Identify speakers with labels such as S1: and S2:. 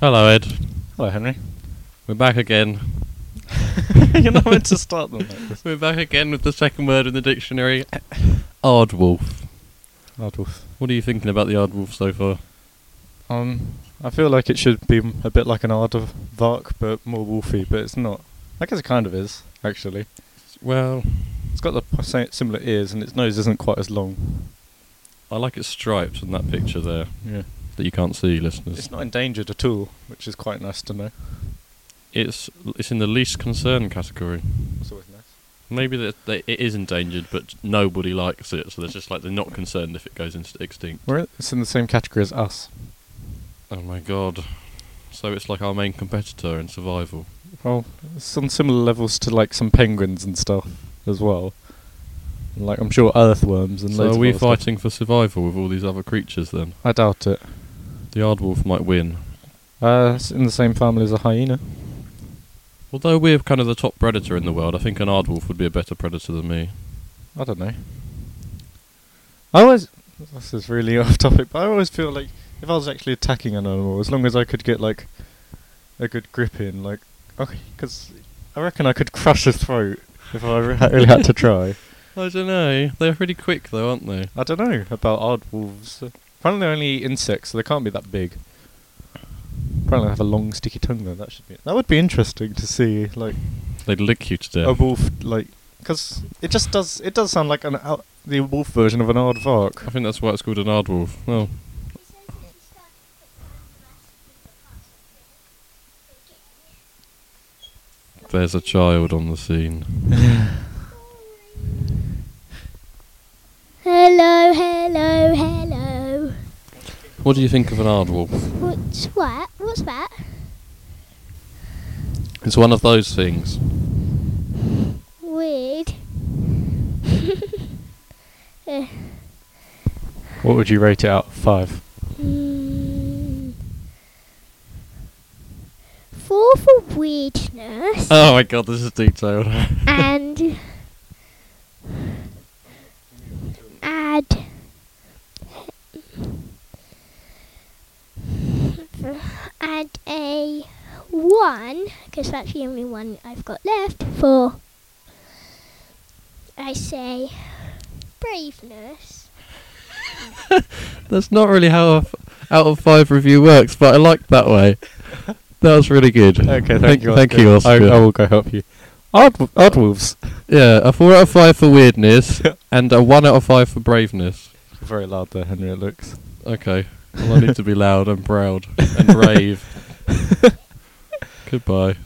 S1: Hello, Ed.
S2: Hello, Henry.
S1: We're back again.
S2: You're not meant to start them like this.
S1: We're back again with the second word in the dictionary Aardwolf. What are you thinking about the Aardwolf so far?
S2: Um, I feel like it should be a bit like an Aardvark, but more wolfy, but it's not. I guess it kind of is, actually.
S1: Well,
S2: It's got the p- sa- similar ears, and its nose isn't quite as long.
S1: I like it striped in that picture there
S2: Yeah.
S1: that you can't see, listeners.
S2: It's not endangered at all, which is quite nice to know.
S1: It's it's in the least concern category.
S2: It's always nice.
S1: Maybe that they, it is endangered, but nobody likes it, so they're just like they're not concerned if it goes inst- extinct.
S2: We're it's in the same category as us.
S1: Oh my god! So it's like our main competitor in survival.
S2: Well, it's on similar levels to like some penguins and stuff as well. And, like I'm sure earthworms and
S1: So
S2: loads
S1: are
S2: of
S1: we
S2: other stuff.
S1: fighting for survival with all these other creatures then?
S2: I doubt it.
S1: The Aardwolf might win.
S2: Uh, it's in the same family as a hyena.
S1: Although we're kind of the top predator in the world, I think an Aardwolf would be a better predator than me.
S2: I don't know. I always. This is really off topic, but I always feel like if I was actually attacking an animal, as long as I could get like a good grip in, like okay, because I reckon I could crush a throat if I re- really had to try.
S1: I don't know. They're pretty quick though, aren't they?
S2: I don't know about aardwolves. Apparently, they're only insects, so they can't be that big. Apparently, they have a long, sticky tongue. Though that should be that would be interesting to see, like
S1: They'd lick you to death.
S2: a wolf, like because it just does it does sound like an out, the wolf version of an aardvark.
S1: I think that's why it's called an Aardwolf. Well, there's a child on the scene.
S3: Hello, hello, hello.
S1: What do you think of an Aardwolf?
S3: What's what? What's that?
S1: It's one of those things.
S3: Weird. Eh,
S2: What would you rate it out of five?
S3: mm. Four for weirdness
S1: Oh my god, this is detailed.
S3: and add add a one because that's the only one I've got left for. I say braveness.
S1: that's not really how a f- out of five review works, but I liked that way. That was really good.
S2: Okay, thank,
S1: Thank-
S2: you.
S1: thank you,
S2: I,
S1: Oscar.
S2: I will go help you. Odd, odd wolves.
S1: Yeah, a four out of five for weirdness and a one out of five for braveness.
S2: Very loud there, Henry. It looks.
S1: Okay. Well, I need to be loud and proud and brave. Goodbye.